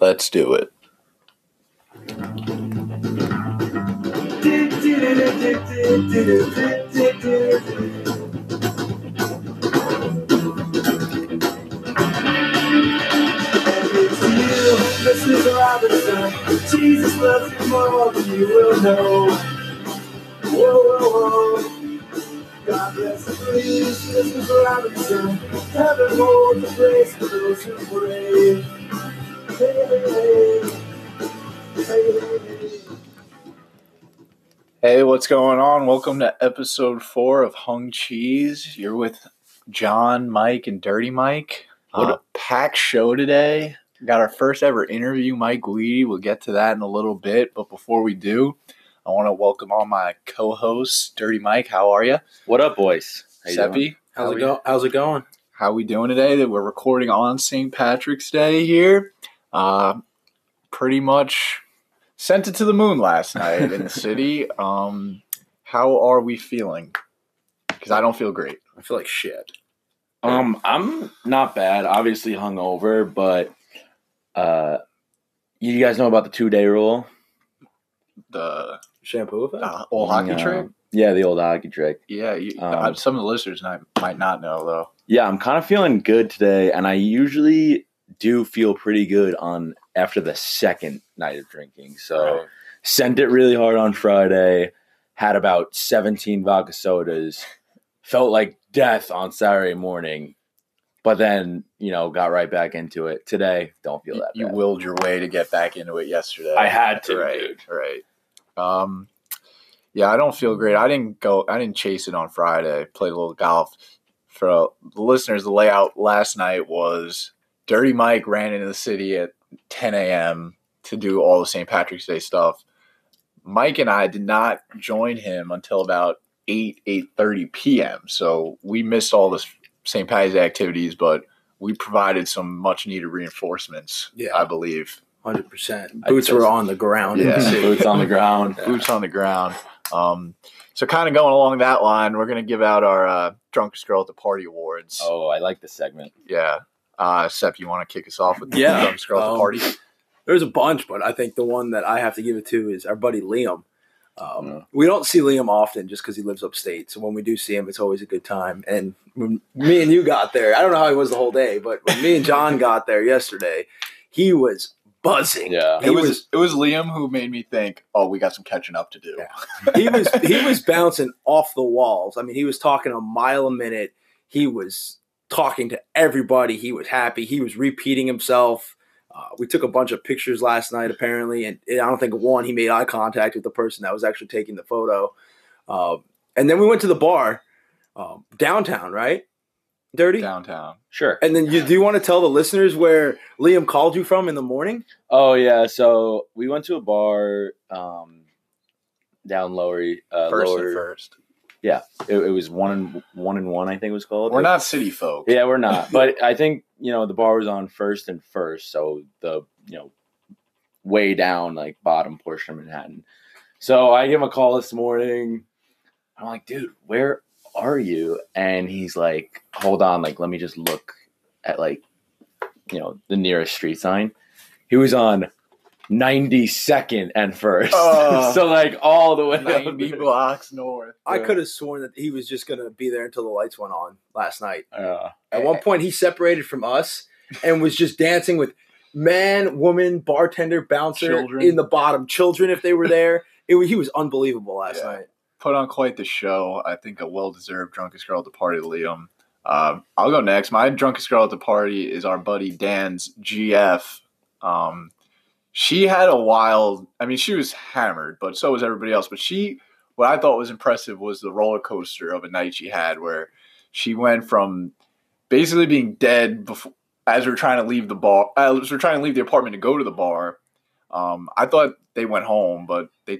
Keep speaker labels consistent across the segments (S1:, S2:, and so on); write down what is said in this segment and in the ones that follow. S1: Let's do it.
S2: Mrs. Robinson, Jesus loves you more than you will know. Whoa, whoa, whoa. God bless you, please, Mrs. Robinson. Heaven holds a place for those who pray. Hey, hey, hey. Hey, hey, hey.
S1: Hey, what's going on? Welcome to episode four of Hung Cheese. You're with John, Mike, and Dirty Mike. What
S3: Uh,
S1: a packed show today. We got our first ever interview, Mike Weedy. We'll get to that in a little bit. But before we do, I want to welcome all my co hosts. Dirty Mike, how are you?
S3: What up, boys? How you doing?
S1: Seppi,
S4: How's
S1: how
S4: it
S1: we-
S4: go? How's it going?
S1: how we doing today that we're recording on St. Patrick's Day here. Uh, pretty much sent it to the moon last night in the city. Um, how are we feeling? Because I don't feel great.
S4: I feel like shit.
S3: Um, I'm not bad. Obviously hungover, but uh, you guys know about the two day rule?
S1: The
S4: Shampoo effect.
S1: uh, old hockey
S3: Yeah.
S1: trick.
S3: Yeah, the old hockey trick.
S1: Yeah, you,
S3: Um,
S1: uh, some of the listeners might, might not know though.
S3: Yeah, I'm kind of feeling good today, and I usually do feel pretty good on after the second night of drinking. So sent it really hard on Friday. Had about 17 vodka sodas. Felt like death on Saturday morning. But then, you know, got right back into it. Today, don't feel
S1: You,
S3: that
S1: you
S3: bad.
S1: willed your way to get back into it yesterday.
S3: I had to,
S1: right,
S3: dude.
S1: right. Um, yeah, I don't feel great. I didn't go. I didn't chase it on Friday. Played a little golf. For uh, the listeners, the layout last night was Dirty Mike ran into the city at 10 a.m. to do all the St. Patrick's Day stuff. Mike and I did not join him until about 8 8:30 p.m. So we missed all the St. Patty's Day activities, but we provided some much needed reinforcements.
S4: Yeah.
S1: I believe
S4: Hundred percent.
S3: I'd
S4: Boots
S3: say
S4: were
S3: so.
S4: on the ground.
S1: Yeah.
S3: boots on the ground.
S1: boots on the ground. Um, so kind of going along that line, we're gonna give out our uh, drunkest girl at the party awards.
S3: Oh, I like this segment.
S1: Yeah, uh, Sep, you want to kick us off with the
S4: Yeah,
S1: drunkest girl at the
S4: um,
S1: party?
S4: There's a bunch, but I think the one that I have to give it to is our buddy Liam. Um,
S3: Yeah.
S4: We don't see Liam often just because he lives upstate. So when we do see him, it's always a good time. And when me and you got there, I don't know how he was the whole day, but when me and John got there yesterday, he was buzzing.
S3: Yeah.
S4: He
S1: It was,
S4: was
S1: it was Liam who made me think, oh, we got some catching up to do.
S4: Yeah. he was he was bouncing off the walls. I mean, he was talking a mile a minute. He was talking to everybody. He was happy. He was repeating himself. Uh, we took a bunch of pictures last night, apparently, and, and I don't think one he made eye contact with the person that was actually taking the photo. Um, and then we went to the bar um, downtown, right? Dirty.
S1: Downtown.
S3: Sure.
S4: And then you do you want to tell the listeners where Liam called you from in the morning?
S3: Oh yeah. So we went to a bar um, down lower. Uh,
S1: First and
S3: lower
S1: first.
S3: It, it was one and one and one. I think it was called.
S1: We're not city folk.
S3: Yeah, we're not. But I think you know the bar was on first and first, so the you know way down like bottom portion of Manhattan. So I give him a call this morning. I'm like, dude, where are you? And he's like, hold on, like let me just look at like you know the nearest street sign. He was on 92nd and first,
S1: Oh.
S3: so like all the way. up
S1: Ninety
S3: there.
S1: blocks north.
S4: I
S3: Yeah.
S4: could have sworn that he was just going to be there until the lights went on last night.
S3: Yeah.
S4: At one point, he separated from us and was just dancing with man, woman, bartender, bouncer
S1: Children.
S4: in the bottom, children if they were there. It, wa- he was unbelievable last
S1: Yeah.
S4: night.
S1: put on quite the show. I think a well deserved drunkest girl at the party, Liam. Um, I'll go next. My drunkest girl at the party is our buddy Dan's GF. Um, she had a wild. I mean, she was hammered, but so was everybody else. But she, what I thought was impressive was the roller coaster of a night she had, where she went from basically being dead before, as we are trying to leave the bar, as we are trying to leave the apartment to go to the bar. Um, I thought they went home, but they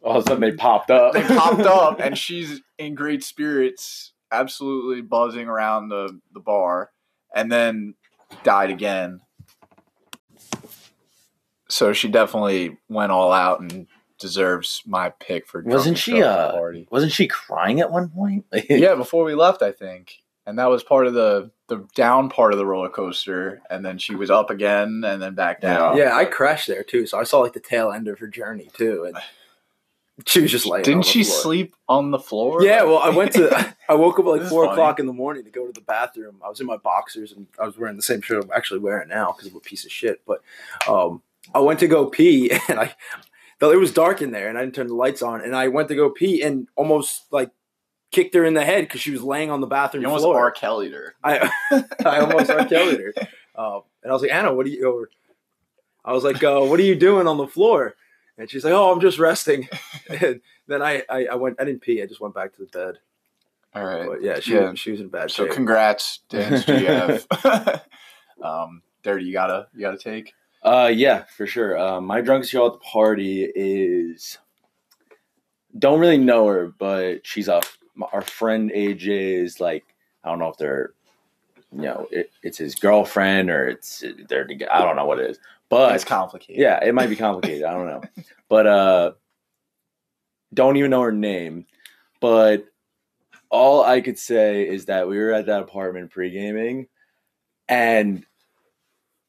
S3: All of a sudden they popped up.
S1: they popped up and she's in great spirits absolutely buzzing around the, the bar and then died again so she definitely went all out and deserves my pick for
S3: Wasn't
S1: drunkest
S3: she,
S1: girl at the
S3: uh,
S1: party
S3: Wasn't she crying at one point?
S1: yeah before we left i think and that was part of the the down part of the roller coaster, and then she was up again, and then back down.
S4: Yeah, I crashed there too, so I saw like the tail end of her journey too, and she was just laying. on
S1: Didn't
S4: the
S1: she
S4: floor.
S1: sleep on the floor?
S4: Yeah, well, I went to. I woke up
S1: This
S4: at like
S1: is
S4: four
S1: funny.
S4: o'clock in the morning to go to the bathroom. I was in my boxers and I was wearing the same shirt I'm actually wearing now because I'm a piece of shit. But um, I went to go pee and I, though it was dark in there and I didn't turn the lights on and I went to go pee and almost like kicked her in the head because she was laying on the bathroom
S1: you almost
S4: floor.
S1: R. Kelly'd her.
S4: I, I almost R. Kelly'd her. Um, and I was like, Anna, what are you? Or, I was like, uh, what are you doing on the floor? And she's like, oh, I'm just resting. And then I, I, I went, I didn't pee. I just went back to the bed.
S1: All right.
S4: But yeah, she,
S1: Yeah.
S4: she was in bad
S1: So
S4: shape.
S1: congrats, Dan's GF. um, there you gotta you gotta take.
S3: Uh, yeah, for sure. Uh, my drunkest girl at the party is don't really know her, but she's a our friend AJ's like I don't know if they're you know it, it's his girlfriend or it's they're toge- I don't know what it is, but
S1: it's complicated.
S3: yeah, it might be complicated. I don't know, but uh, don't even know her name. But all I could say is that we were at that apartment pre gaming, and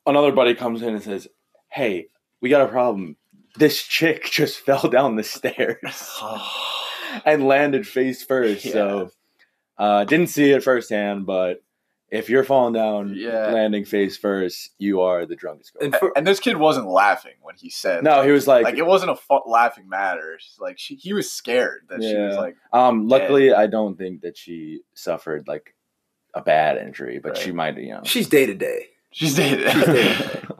S3: another buddy comes in and says, "Hey, we got a problem. This chick just fell down the stairs and landed face first. So uh, didn't see it firsthand, but." If you're falling down,
S1: Yeah.
S3: landing face first, you are the drunkest girl.
S4: and for,
S1: And this kid wasn't laughing when he said
S3: No, he was like,
S1: like it wasn't a fu- laughing matter. She's Like she, he was scared that she was
S3: Yeah.
S1: like,
S3: Um,
S1: Yeah.
S3: luckily, I don't think that she suffered like a bad injury, but she might, you know.
S4: she's day to day.
S1: she's dated.
S4: She's dated.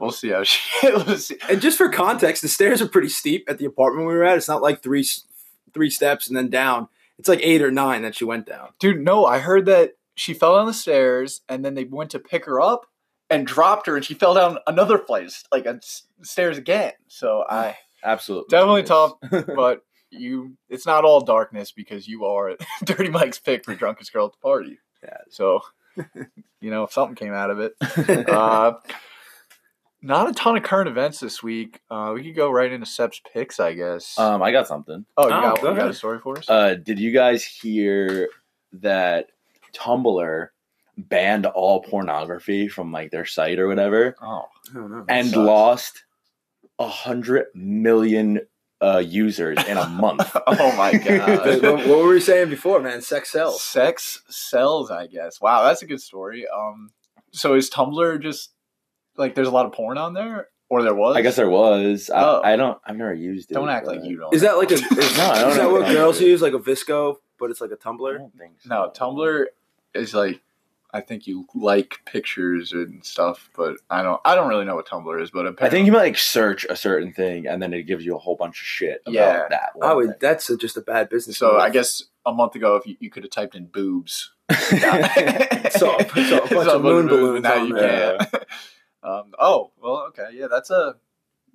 S1: we'll see how she. we'll see.
S4: And just for context, the stairs are pretty steep at the apartment we were at. It's not like three, s- three steps and then down. It's like eight or nine that she went down.
S1: Dude, no, I heard that she fell down the stairs and then they went to pick her up and dropped her, and she fell down another flight, of s- like a s- stairs again. So I
S3: Absolutely,
S1: Definitely tough, but you it's not all darkness because you are Dirty Mike's pick for drunkest girl at the party.
S4: Yeah.
S1: So you know, if something came out of it. Uh not a ton of current events this week. Uh we could go right into Sep's picks, I guess.
S3: Um, I got something.
S1: oh, you,
S4: oh,
S1: got,
S4: go
S1: you got a
S4: ahead.
S1: story for us?
S3: Uh, did you guys hear that Tumblr banned all pornography from like their site or whatever,
S1: oh.
S4: I don't know.
S3: and
S1: sucks.
S3: lost a hundred million uh, users in a month?
S1: Oh my
S4: But
S1: god.
S4: Uh, what, what were we saying before, man? Sex sells.
S1: Sex sells, I guess. Wow, that's a good story. Um so is Tumblr just like there's a lot of porn on there? Or there was?
S3: I guess there was. I,
S1: Oh.
S3: I don't. I've never used it.
S1: don't act
S3: but-
S1: like you don't.
S4: Is that like a? Is,
S3: I don't
S4: is that
S3: know.
S4: what girls use, like a visco, but it's like a tumbler?
S3: I don't think so.
S1: No, Tumblr is like I think you like pictures and stuff, but I don't I don't really know what Tumblr is, but um,
S3: I
S1: apparently
S3: think you might like search a certain thing and then it gives you a whole bunch of shit about
S1: Yeah.
S3: that. One
S4: I would.
S3: thing.
S4: That's a, just a bad business.
S1: so
S4: move.
S1: I guess a month ago if you, you could have typed in boobs. so,
S4: so a bunch of moon balloons
S1: Now
S4: on
S1: you
S3: there.
S1: can't. um, oh, well okay, yeah, that's a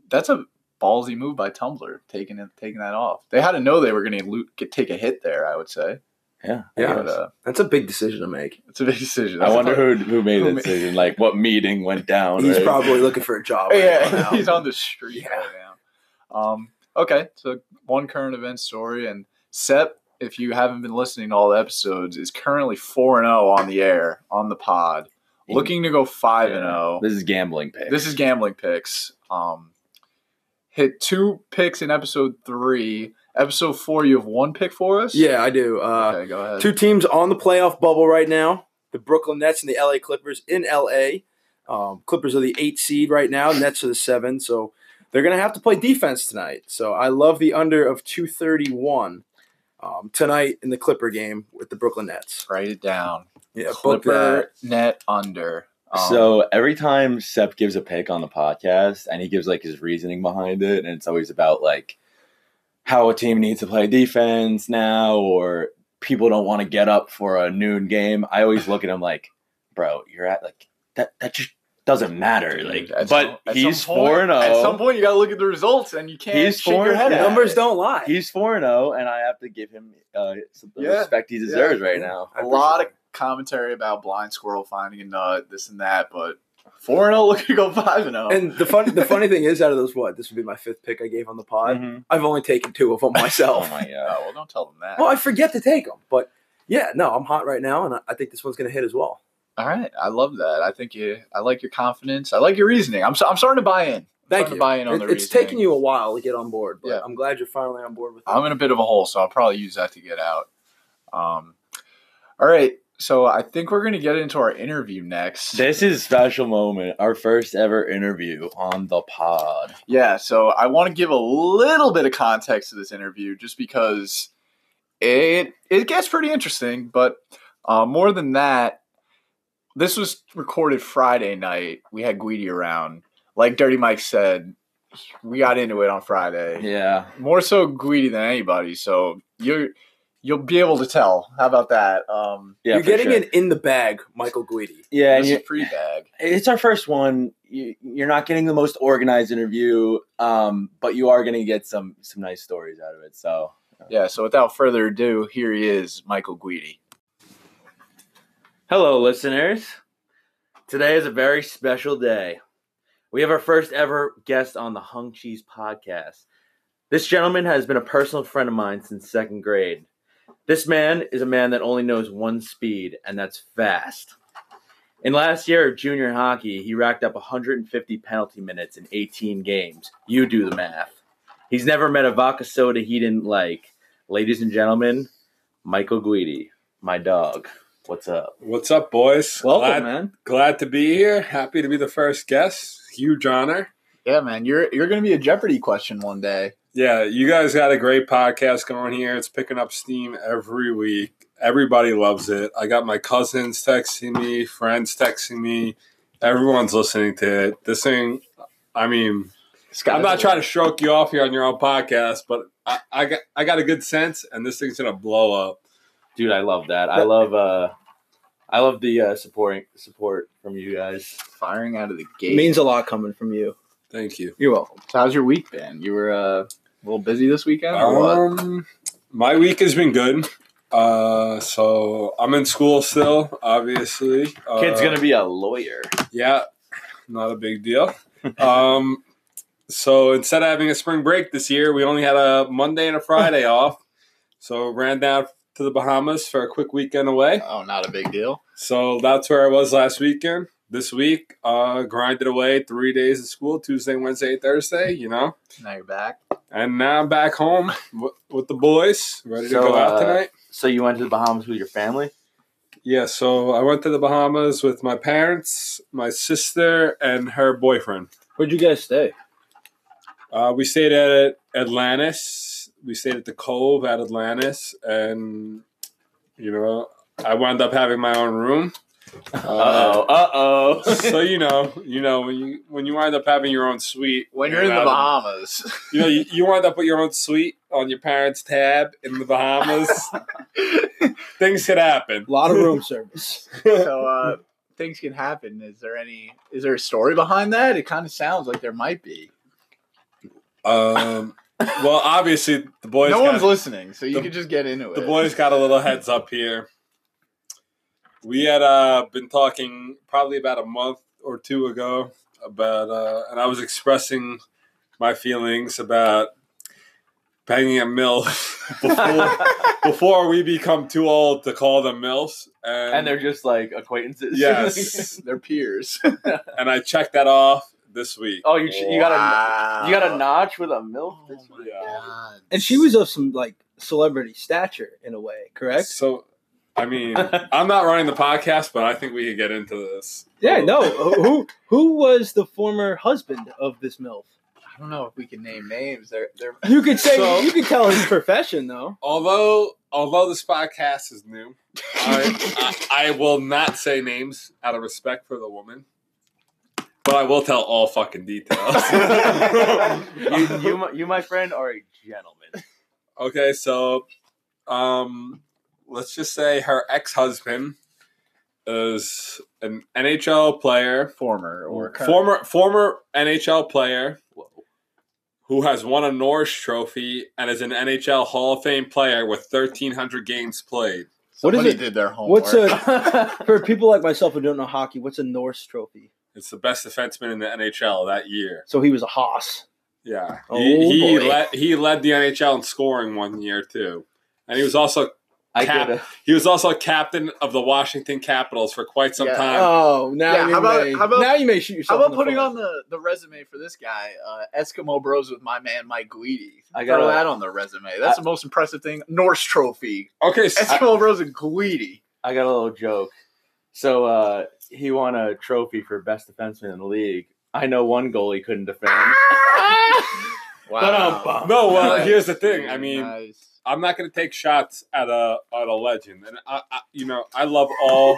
S1: that's a ballsy move by Tumblr, taking it taking that off. They had to know they were gonna lo- get, take a hit there, I would say.
S3: Yeah. I
S4: Yeah.
S1: But,
S3: guess.
S1: uh,
S4: that's a big decision to make.
S1: it's a big decision.
S3: I
S1: That's a
S3: wonder
S1: tough-
S3: who who made
S1: who
S3: the
S1: ma-
S3: decision, like what meeting went down.
S4: He's
S3: right?
S4: probably looking for a job. right
S1: yeah,
S4: now.
S1: he's on the street
S4: Yeah.
S1: right now. Um, okay, so one current event story, and Sep, if you haven't been listening to all the episodes, is currently four and zero on the air on the pod, looking to go five and zero.
S3: This is gambling pay.
S1: This is gambling picks. Um, hit two picks in episode three. Episode four, you have one pick for us.
S4: Yeah, I do. Uh,
S1: Okay, go ahead.
S4: Two teams on the playoff bubble right now: the Brooklyn Nets and the LA Clippers in LA. Um, Clippers are the eight seed right now. Nets are the seven, so they're going to have to play defense tonight. So I love the under of two thirty one um, tonight in the Clipper game with the Brooklyn Nets.
S1: Write it down.
S4: Yeah, book that.
S1: Clipper net under. Um,
S3: so every time Sep gives a pick on the podcast and he gives like his reasoning behind it, and it's always about like how a team needs to play defense now or people don't want to get up for a noon game. I always look at him like, bro, you're at like that that just doesn't matter. Like
S1: At some-
S3: but
S1: at some
S3: he's
S1: point-
S3: four and
S1: At some
S3: oh.
S1: point, you gotta look at the results, and you can't
S3: He's
S1: shake
S3: four
S1: your head.
S3: and- oh.
S1: at it.
S4: Numbers don't lie.
S3: He's four and oh, and I have to give him uh, some
S1: Yeah,
S3: respect he deserves right now.
S4: I
S1: a lot of
S4: appreciate
S1: commentary about blind squirrel finding a nut, this and that, but four and zero looking to go five and oh. zero.
S4: it. And the funny, the funny thing is, out of those, what this would be my fifth pick I gave on the pod.
S3: Mhm.
S4: I've only taken two of them
S3: Oh
S4: myself.
S3: my
S1: Mm-hmm. oh
S3: god!
S1: well, don't tell them that.
S4: well, I forget to take them, but yeah, no, I'm hot right now, and I, I think this one's going to hit as well.
S1: All right, I love that. I think you. I like your confidence. I like your reasoning. I'm. So, I'm starting to buy in. Starting
S4: Thank you.
S1: to buy in on
S4: It-
S1: the
S4: it's
S1: reasoning.
S4: taking you a while to get on board, but
S1: Yeah.
S4: I'm glad you're finally on board with it.
S1: I'm in a bit of a hole, so I'll probably use that to get out. Um, all right, so I think we're gonna get into our interview next.
S3: This is special moment. Our first ever interview on the pod.
S1: Yeah, so I want to give a little bit of context to this interview just because it it gets pretty interesting, but uh, more than that, this was recorded Friday night. We had Guidi around. Like Dirty Mike said, we got into it on Friday.
S3: Yeah.
S1: More so Guidi than anybody, so you're you'll be able to tell. How about that? Um
S3: Yeah.
S4: you're
S3: for
S4: getting
S3: sure.
S4: an in the bag, Michael Guidi.
S3: Yeah, and
S1: this
S3: you,
S1: is free bag.
S3: it's our first one. You, you're not getting the most organized interview, um, but you are going to get some some nice stories out of it. So
S1: Yeah, so without further ado, here he is, Michael Guidi.
S5: Hello, listeners. Today is a very special day. We have our first ever guest on the Hung Cheese podcast. This gentleman has been a personal friend of mine since second grade. This man is a man that only knows one speed, and that's fast. In last year of junior hockey, he racked up 150 penalty minutes in 18 games. You do the math. He's never met a vodka soda he didn't like. Ladies and gentlemen, Michael Guidi, my dog. What's up?
S6: What's up, boys?
S5: Welcome,
S6: glad,
S5: man.
S6: glad to be here. Happy to be the first guest. Huge honor.
S1: Yeah, man, you're you're gonna be a Jeopardy question one day.
S6: Yeah, you guys got a great podcast going here. It's picking up steam every week. Everybody loves it. I got my cousins texting me, friends texting me. Everyone's listening to it. This thing, I mean, I'm not trying to stroke you off here on your own podcast, but I, I got I got a good sense, and this thing's gonna blow up.
S5: Dude, I love that. I love uh I love the uh supporting support from you guys.
S1: firing out of the
S4: It
S1: gate.
S4: means a lot coming from you.
S6: Thank you.
S4: You're welcome.
S1: So how's your week been? You were uh, a little busy this weekend, or what?
S6: Um, my week has been good. Uh, so I'm in school still, obviously. Uh,
S5: Kid's gonna be a lawyer.
S6: yeah, not a big deal. Um, so instead of having a spring break this year, we only had a Monday and a Friday off. So ran down to the Bahamas for a quick weekend away.
S1: Oh, not a big deal.
S6: So that's where I was last weekend. This week, uh, grinded away three days of school: Tuesday, Wednesday, Thursday. You know,
S1: Now you're back.
S6: and now I'm back home with, with the boys, ready
S5: So,
S6: to go out
S5: uh,
S6: tonight.
S5: So you went to the Bahamas with your family?
S6: Yeah, so I went to the Bahamas with my parents, my sister, and her boyfriend.
S4: Where'd you guys stay?
S6: Uh, we stayed at Atlantis. We stayed at the Cove at Atlantis, and you know, I wound up having my own room.
S5: Uh oh, uh
S6: Uh,
S5: oh.
S6: so you know, you know when you when you wind up having your own suite
S1: When you're in the
S6: out of-
S1: Bahamas,
S6: you know you, you wind up with your own suite on your parents' tab in the Bahamas. Things could happen.
S4: A lot of room service.
S1: so uh, things can happen. Is there any? Is there a story behind that? It kind of sounds like there might be.
S6: Um, well, obviously the boys.
S1: no
S6: got-
S1: one's listening, so you
S6: the-
S1: can just get into it.
S6: the boys got a little heads up here. We had uh, been talking probably about a month or two ago about, uh, and I was expressing my feelings about banging a MILF before, before we become too old to call them MILFs. And,
S5: and they're just like acquaintances.
S6: yes,
S1: They're peers.
S6: and I checked that off this week.
S5: oh, you you got a
S1: Wow.
S5: you got a notch with a milf.
S1: Oh my
S6: Yeah.
S1: God.
S4: And she was of some like celebrity stature in a way, correct?
S6: So, I mean, I'm not running the podcast, but I think we could get into this.
S4: Yeah, no. who who was the former husband of this MILF?
S1: I don't know if we can name names. They're they're.
S4: You could say
S6: So-
S4: you could tell his profession though.
S6: although although this podcast is new, I, I, I will not say names out of respect for the woman, but I will tell all fucking details.
S5: you, you my- you my friend are a gentleman.
S6: okay, so um, let's just say her ex husband is an NHL player,
S1: Former or current.
S6: former former NHL player. Who has won a Norris Trophy and is an NHL Hall of Fame player with 1,300 games played?
S4: What is
S1: Somebody
S4: it?
S1: Did their homework.
S4: What's uh, a for people like myself who don't know hockey? What's a Norse trophy?
S6: It's the best defenseman in the NHL that year.
S4: So he was a Haas.
S6: Yeah,
S4: Oh,
S6: he he
S4: boy.
S6: led he led the NHL in scoring one year too, and he was also
S5: I
S6: Cap-
S5: could.
S6: He was also captain of the Washington Capitals for quite some
S1: Yeah.
S6: time.
S4: Oh, now
S1: Yeah,
S4: you
S1: how about-
S4: may.
S1: how about-
S4: now you may shoot
S1: How
S4: yourself.
S1: about
S4: in
S1: putting
S4: foot.
S1: on the, the resume for this guy, uh, Eskimo Bros with my man Mike Guidi?
S5: I
S1: Throw
S5: gotta-
S1: that on the resume. That's the most impressive thing. Norse Trophy,
S6: okay, so
S1: Eskimo Bros and Guidi.
S5: I got a little joke. So uh, he won a trophy for best defenseman in the league. I know one goalie couldn't defend.
S1: Ah!
S5: um,
S1: Wow.
S6: no. Oh, Well,
S1: Nice.
S6: here's the thing. I mean,
S1: Nice.
S6: I'm not going to take shots at a at a legend, and I, I you know, I love
S1: all
S6: all.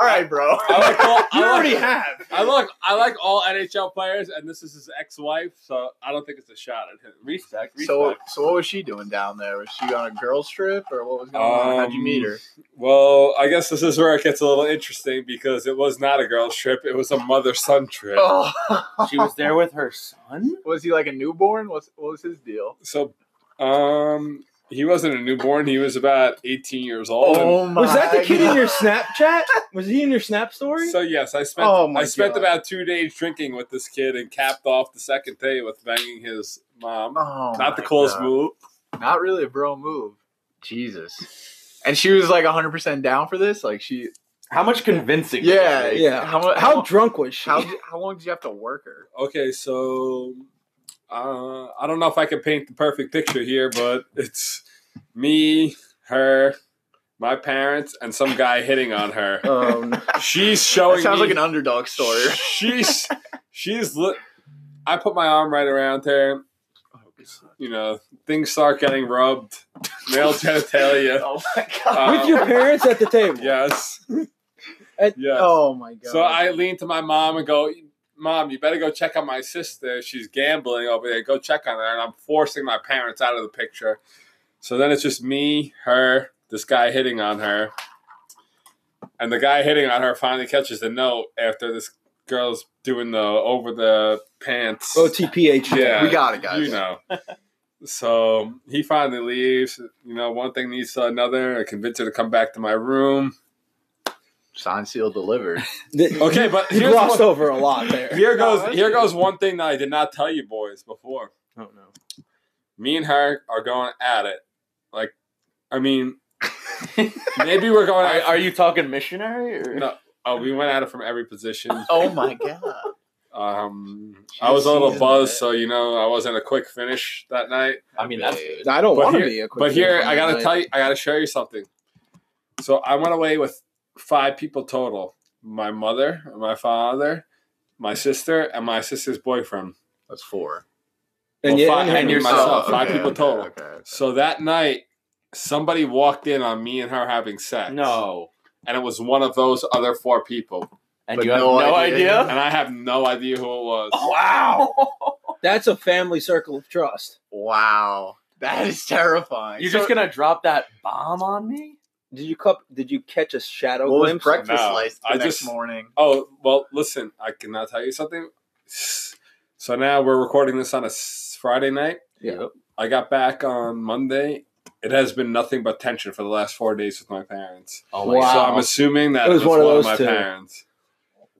S1: right, bro.
S6: I like all. I
S1: you
S6: like-
S1: already have.
S6: I like I like all NHL players, and this is his ex-wife, so I don't think it's a shot at him. Respect, respect.
S1: So, so what was she doing down there? Was she on a girl's trip, or what was going on? How'd you
S6: Um,
S1: meet her?
S6: well, I guess this is where it gets a little interesting because it was not a girl's trip; it was a mother-son trip.
S1: Oh,
S5: she was there with her son.
S1: was he like a newborn? What's, what was his deal?
S6: So, um, he wasn't a newborn; he was about 18 years old. and-
S1: Oh my!
S4: Was that the kid in
S1: God.
S4: your Snapchat? Was he in your Snap story?
S6: So yes, I spent
S1: Oh my
S6: I spent
S1: God.
S6: about two days drinking with this kid and capped off the second day with banging his mom.
S1: Oh
S6: Not the
S1: my
S6: coolest
S1: God.
S6: move.
S1: Not really a bro move. Jesus. And she was like 100 percent down for this. Like she,
S5: How much convincing?
S1: yeah,
S5: was it?
S4: yeah.
S1: How mu-
S4: How
S1: how
S4: drunk was she?
S1: how how long did you have to work her?
S6: Okay, so uh, I don't know if I can paint the perfect picture here, but it's me, her, my parents, and some guy hitting on her.
S4: um,
S6: She's
S1: That
S6: showing.
S1: sounds
S6: me-
S1: like an underdog story.
S6: She's she's. Li- I put my arm right around her. You know, things start getting rubbed. Male genitalia.
S1: Oh my god.
S6: Um,
S4: with your parents at the table.
S6: Yes.
S4: And-
S6: yes.
S1: Oh my god.
S6: So I lean to my mom and go, "Mom, you better go check on my sister. She's gambling over there. Go check on her." And I'm forcing my parents out of the picture. So then it's just me, her, this guy hitting on her, and the guy hitting on her finally catches the note after this girl's doing the over the pants.
S4: OTPH.
S6: Yeah.
S1: Oh, we got it, guys.
S6: You know. So he finally leaves. You know, one thing leads to another. I convince her to come back to my room.
S1: Signed, sealed, delivered.
S4: Th-
S6: Okay, but
S4: You
S6: here's
S4: glossed
S6: one-
S4: over a lot there.
S6: Here
S1: No,
S6: goes
S1: that's
S6: here
S1: good.
S6: goes one thing that I did not tell you boys before.
S4: Oh no.
S6: Me and her are going at it. Like, I mean, maybe we're going.
S5: Are,
S6: At,
S5: are you talking missionary? Or?
S6: No. oh, we went at it from every position.
S1: oh my god.
S6: Um, I was a little
S1: Jeez.
S6: buzzed, so you know I wasn't a quick finish that night.
S5: I mean that's
S1: Babe.
S4: I don't
S6: But
S4: want to
S6: here-
S4: be a quick
S6: But here, I gotta
S4: like-
S6: tell you, I gotta show you something. So I went away with five people total: my mother, my father, my sister, and my sister's boyfriend.
S1: That's four.
S4: And,
S6: Well,
S4: you-
S6: fine,
S4: and
S6: and
S4: Henry-
S6: yourself.
S4: oh,
S6: Five
S4: okay.
S6: people total.
S1: Okay. okay.
S6: So that night, somebody walked in on me and her having sex.
S5: no.
S6: And it was one of those other four people.
S5: And
S1: But
S5: you have
S1: no
S5: no,
S1: idea.
S5: idea.
S6: And I have no idea who it was.
S5: Wow.
S4: That's a family circle of trust.
S1: Wow. That is terrifying.
S5: You're
S1: So
S5: just gonna drop that bomb on me?
S4: Did you cup? Did you catch a shadow
S1: what was
S4: glimpse?
S1: breakfast
S6: No,
S1: like the
S6: I
S1: next
S6: just-
S1: morning?
S6: Oh, well, listen, I cannot tell you something. So now we're recording this on a s- Friday night.
S4: Yeah.
S6: I got back on Monday. It has been nothing but tension for the last four days with my parents.
S5: Oh
S4: my Wow.
S6: So I'm assuming that
S4: It was one of
S6: of
S4: those
S6: my
S4: two.
S6: parents.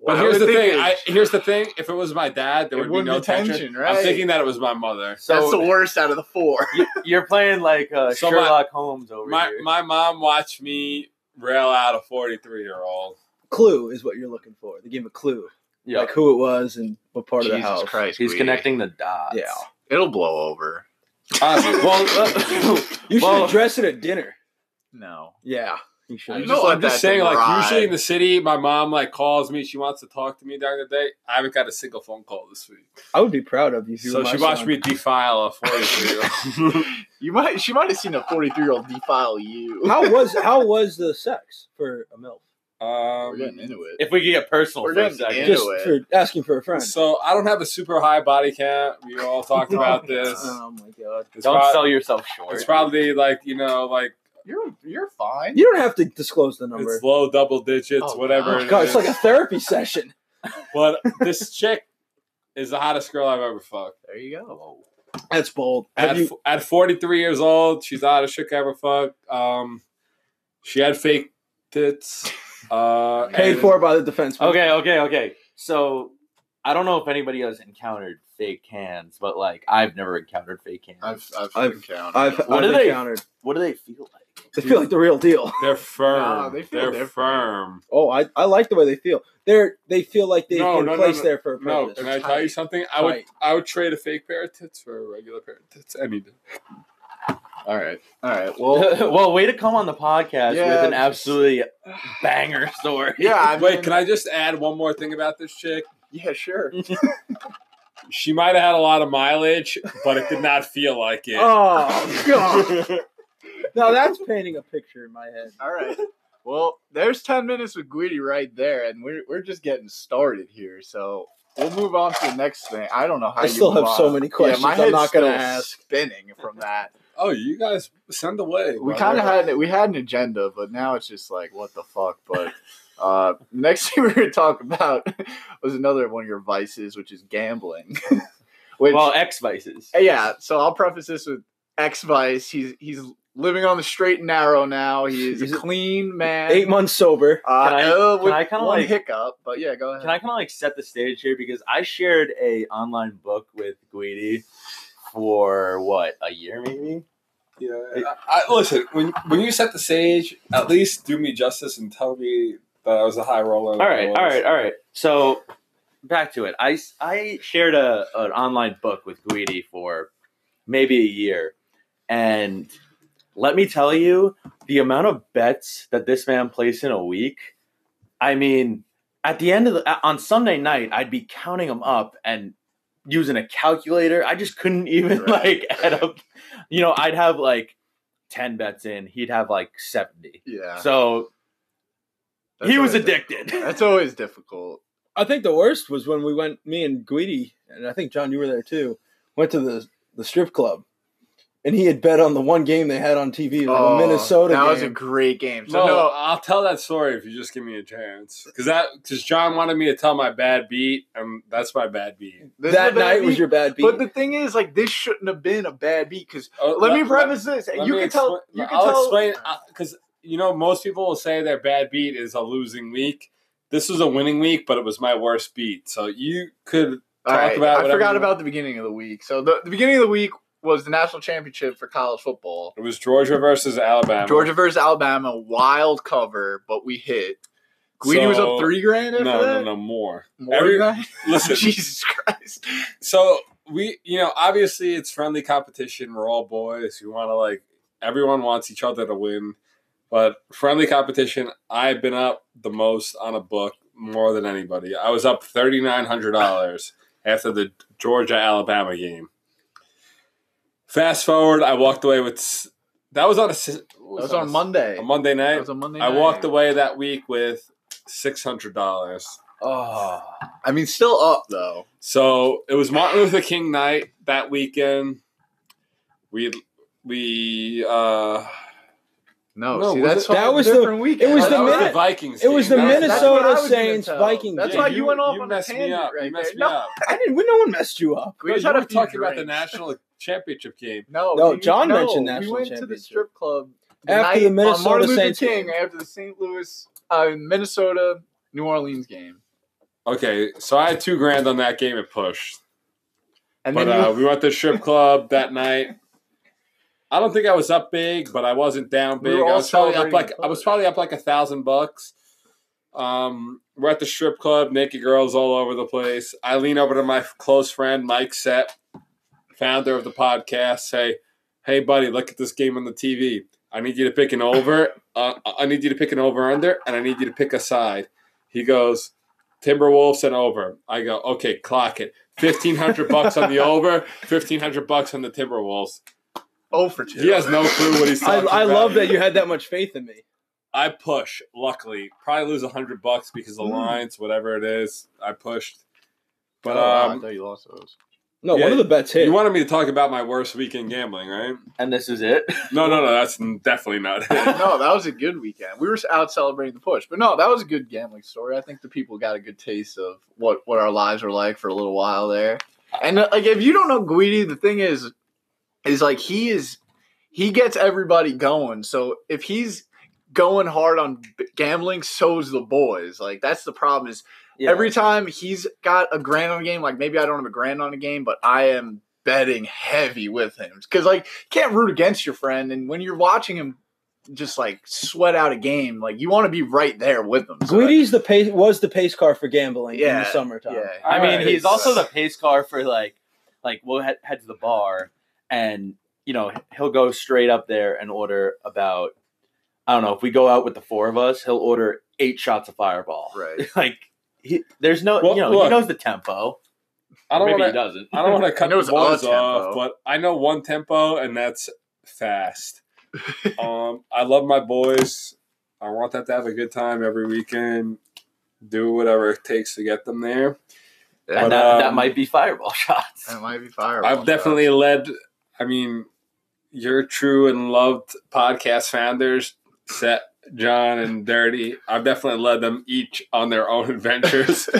S1: Well,
S6: But
S1: I
S6: here's
S1: would
S6: the
S1: think
S6: thing.
S1: it-
S6: I, here's the thing. If it was my dad, there
S1: It
S6: would be
S1: wouldn't
S6: no
S1: be
S6: tension.
S1: tension,
S6: I'm
S1: right?
S6: thinking that it was my mother.
S1: That's the
S5: So
S1: worst out of the four.
S5: you- you're playing like uh,
S6: So my-
S5: Sherlock Holmes over
S6: my
S5: here.
S6: my mom watched me rail out a 43 year old.
S4: Clue is what you're looking for. They gave a clue,
S5: yeah.
S4: like who it was and what part of
S1: Jesus
S4: the house.
S1: Christ.
S5: He's
S1: Guidi.
S5: connecting the dots.
S4: Yeah.
S1: It'll blow over.
S5: well, uh,
S4: You should
S5: Well-
S4: address it at dinner.
S1: No.
S4: Yeah.
S5: you
S6: I'm
S5: should.
S1: No,
S6: just, I'm just
S1: that
S6: saying, like
S1: ride.
S6: usually in the city, my mom like calls me. She wants to talk to me during the day. I haven't got a single phone call this week.
S4: I would be proud of you. If you
S6: So
S4: were my
S6: she watched
S4: son.
S6: me defile a 43 year old.
S1: You might. She might have seen a forty-three-year-old defile you.
S4: How was how was the sex for a milf?
S1: We're getting
S6: Um,
S1: into it.
S5: If we could get personal
S1: We're
S5: for a
S1: getting
S5: second.
S1: Into
S4: Just
S1: it.
S4: for asking for a friend.
S6: so I don't have a super high body count. We all talked about this.
S4: Oh my god.
S6: It's,
S5: Don't
S6: prob-
S5: sell yourself
S6: it's
S5: short.
S6: probably like you know, like
S1: You're you're fine.
S4: You don't have to disclose the number.
S6: it's low double digits,
S1: Oh,
S6: whatever.
S1: wow.
S6: it
S4: God, it's
S6: is.
S4: like a therapy session.
S6: but this chick is the hottest girl I've ever fucked.
S1: There you go.
S4: That's bold. Have
S6: at,
S4: you,
S6: f at 43 years old, she's out of shit ever fuck. Um, she had fake tits. Uh,
S4: paid
S6: and-
S4: for by the defense.
S5: Okay, okay, okay. So
S3: I don't know if anybody has encountered fake cans, but like I've never encountered fake cans.
S1: I've I've,
S7: I've-
S1: encountered.
S7: I've,
S1: them.
S3: What
S7: I've
S3: do they-
S7: encountered.
S3: what do they feel like?
S7: They feel like the real deal.
S6: They're firm.
S1: Nah, they feel
S6: they're,
S1: different.
S6: firm.
S7: Oh, I, I like the way they feel. They're they feel like they've
S6: No,
S7: been
S6: no, no,
S7: placed
S6: no.
S7: there for a
S6: No,
S7: purpose.
S6: can I tell you something? I would
S7: Tight.
S6: I would trade a fake pair of tits for a regular pair of tits any day.
S1: all right, all right. Well,
S3: well, way to come on the podcast
S1: Yeah,
S3: with an
S1: just-
S3: absolutely banger story.
S1: yeah. I mean,
S6: Wait, can I just add one more thing about this chick?
S1: Yeah, sure.
S6: She might have had a lot of mileage, but it did not feel like it.
S7: Oh god. now that's painting a picture in my head.
S1: All right. Well, there's 10 minutes with Guidi right there, and we're, we're just getting started here. So we'll move on to the next thing. I don't know how
S7: I
S1: you
S7: still
S1: move
S7: have so
S1: on.
S7: many questions
S1: Yeah, my
S7: I'm
S1: head's
S7: not gonna
S1: still
S7: ask.
S1: Spinning from that,
S6: Oh, you guys send away.
S1: we
S6: brother.
S1: kind of had we had an agenda, but now it's just like what the fuck. But uh, next thing we are gonna talk about was another one of your vices, which is gambling. which
S3: Well, X vices.
S1: yeah, so I'll preface this with X Vice. He's he's living on the straight and narrow now. He is
S7: He's
S1: a
S7: a-
S1: clean man.
S7: Eight months sober.
S1: Uh,
S3: Can I-
S1: uh,
S3: can
S1: with
S3: I kinda
S1: one
S3: like-
S1: hiccup, but yeah, go ahead.
S3: Can I kind of like set the stage here because I shared a online book with Guidi for what a year maybe.
S6: Yeah, I, I, listen, when when you set the stage, at least do me justice and tell me that I was a high roller.
S3: All right, all right, all right. So back to it. I, s- I shared a an online book with Guidi for maybe a year, and let me tell you the amount of bets that this man placed in a week. I mean, at the end of the on Sunday night, I'd be counting them up and using a calculator. I just couldn't even
S1: Right,
S3: like add up. You know, I'd have like ten bets in. He'd have like seventy.
S1: yeah,
S3: So
S1: that's
S3: he was
S1: always
S3: addicted.
S1: difficult. That's always difficult.
S7: I think the worst was when we went, me and Guidi, and I think John, you were there too, went to the, the strip club. And he had bet on the one game they had on TV, like
S1: Oh,
S7: a Minnesota
S1: that
S7: game.
S1: was a great game. So
S6: No,
S1: no,
S6: I'll tell that story if you just give me a chance. Because that because John wanted me to tell my bad beat, and that's my bad beat.
S1: this is a
S7: that
S1: bad
S7: night was
S1: beat.
S7: your bad beat.
S1: But the thing is, like, this shouldn't have been a bad beat because
S6: Oh,
S1: let, me preface this.
S6: let
S1: you
S6: me
S1: can tell.
S6: expla-
S1: You can
S6: I'll
S1: tell.
S6: explain because you know most people will say their bad beat is a losing week. This was a winning week, but it was my worst beat. So you could
S1: All
S6: talk
S1: right,
S6: about
S1: I
S6: whatever
S1: forgot
S6: you
S1: about the beginning of the week. So the, the beginning of the week was the national championship for college football.
S6: it was Georgia versus Alabama.
S1: Georgia versus Alabama, wild cover, but we hit. Guidi was
S6: So-
S1: up three grand
S6: No,
S1: after
S6: no,
S1: that.
S6: no more.
S1: More
S6: Every-
S1: than that?
S6: Listen,
S1: Jesus Christ!
S6: so we you know obviously it's friendly competition we're all boys we want to like everyone wants each other to win but friendly competition i've been up the most on a book more than anybody i was up $3900 after the georgia alabama game fast forward i walked away with s- that was on a s-
S1: That was
S6: that?
S1: on Monday.
S6: a monday
S1: That
S6: night
S1: was on Monday.
S6: i
S1: night.
S6: walked away that week with $600
S3: Oh.
S1: I mean, still up though.
S6: So it was Martin Luther King night that weekend. We we uh
S1: No,
S6: No,
S1: see,
S6: was
S1: that's
S6: it-
S1: from
S7: that
S1: a
S7: was the-
S1: different weekend.
S7: it was
S6: that
S7: the minute-
S6: Vikings.
S7: it was
S6: game.
S7: the
S6: That
S1: that's
S7: Minnesota
S1: what I was gonna
S7: Saints
S1: tell.
S7: Vikings
S1: That's
S7: game.
S1: why you went off on a
S6: messed me
S1: tangent
S6: up.
S1: right
S6: you messed
S1: there.
S6: me
S1: No,
S6: up.
S7: I didn't. No one messed you up.
S1: We
S6: No,
S1: just
S6: you
S1: had
S6: were
S1: a few
S6: talking about the
S1: drinks.
S6: national championship game.
S1: No,
S7: No,
S1: we-
S7: John mentioned
S1: We
S7: national
S1: went to the
S7: championship.
S1: strip club the
S7: After the
S1: night- on
S7: Minnesota
S1: Martin Luther
S7: Saints
S1: King
S7: game.
S1: after the St. Louis, uh, Minnesota, New Orleans game,
S6: Okay, so I had two grand on that game at push.
S1: and
S6: But
S1: then you,
S6: uh, we went to the strip club that night. I don't think I was up big, but I wasn't down
S1: We
S6: big.
S1: were
S6: I
S1: all
S6: was probably up
S1: celebrating
S6: like
S1: the
S6: I was
S1: push.
S6: probably up like a thousand bucks. Um, we're at the strip club, naked girls all over the place. I lean over to my close friend Mike Sepp, founder of the podcast. Say, hey buddy, look at this game on the TV. I need you to pick an over. Uh, I need you to pick an over under, and I need you to pick a side. He goes, Timberwolves and over. I go, okay, clock it. Fifteen hundred bucks on the over, fifteen hundred bucks on the Timberwolves.
S1: oh for two.
S6: He has no clue what he's
S7: I,
S6: talking
S7: I
S6: about.
S7: love that you had that much faith in me.
S6: I push. Luckily, probably lose hundred bucks because
S7: Mm.
S6: the lines, whatever it is, I pushed. But
S1: Oh, I
S6: um,
S1: thought you lost those.
S7: No,
S6: Yeah,
S7: one of the bets hit.
S6: you wanted me to talk about my worst weekend gambling, right?
S3: And this is it.
S6: No, no, no. That's definitely not it.
S1: no, that was a good weekend. We were out celebrating the push, but no, that was a good gambling story. I think the people got a good taste of what what our lives were like for a little while there. And uh, like, if you don't know Guidi, the thing is, is like he is he gets everybody going. So if he's going hard on b- gambling, so's the boys. Like that's the problem. Is
S5: Yeah.
S1: Every time he's got a grand on a game, like maybe I don't have a grand on a game, but I am betting heavy with him because like you can't root against your friend, and when you're watching him just like sweat out a game, like you want to be right there with them. So
S7: Guidi's the pace was the pace car for gambling in
S1: Yeah,
S7: the summertime.
S1: yeah.
S5: I mean,
S3: Alright.
S5: he's also the pace car for like, like we'll head, head to the bar, and you know he'll go straight up there and order about, I don't know, if we go out with the four of us, he'll order eight shots of Fireball.
S1: Right.
S5: like, he, there's no,
S6: Well,
S5: you know, he
S6: look.
S5: knows the tempo.
S6: I
S5: Or
S6: don't
S5: maybe
S6: want
S5: he
S6: to.
S5: doesn't.
S6: I don't want to
S1: I
S6: cut
S1: know
S6: the
S1: it's a
S6: boys
S1: tempo.
S6: off, but I know one tempo, and that's fast. um, I love my boys. I want them to have a good time every weekend. Do whatever it takes to get them there.
S1: Yeah,
S5: and
S1: that,
S6: But,
S5: that, that
S6: um,
S5: might be Fireball shots.
S1: that might be fire.
S6: I've definitely led. I mean, your true and loved podcast founders, Set, John, and Dirty. I've definitely led them each on their own adventures.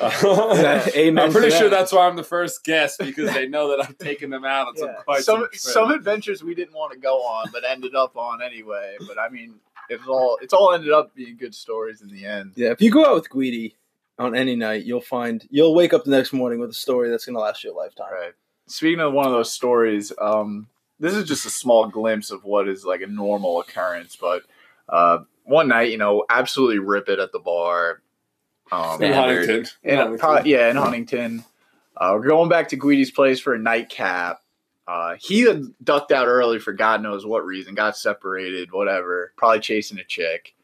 S4: Amen.
S6: I'm pretty
S4: to
S6: sure
S4: that.
S6: that's why I'm the first guest because they know that I'm taking them out on some
S7: Yeah.
S6: quite
S1: some some adventures we didn't want to go on, but ended up on anyway. But I mean, it's all it's all ended up being good stories in the end.
S7: Yeah, if you go out with Guidi on any night, you'll find you'll wake up the next morning with a story that's gonna last you a lifetime.
S1: Right. Speaking of one of those stories, um, this is just a small glimpse of what is like a normal occurrence. But uh, one night, you know, absolutely rip it at the bar. Um,
S6: in
S5: Yeah.
S6: Huntington.
S1: in, probably- yeah, in Huntington. Uh, we're going back to Guidi's place for a nightcap. Uh, he had ducked out early for God knows what reason, got separated, whatever, probably chasing a chick.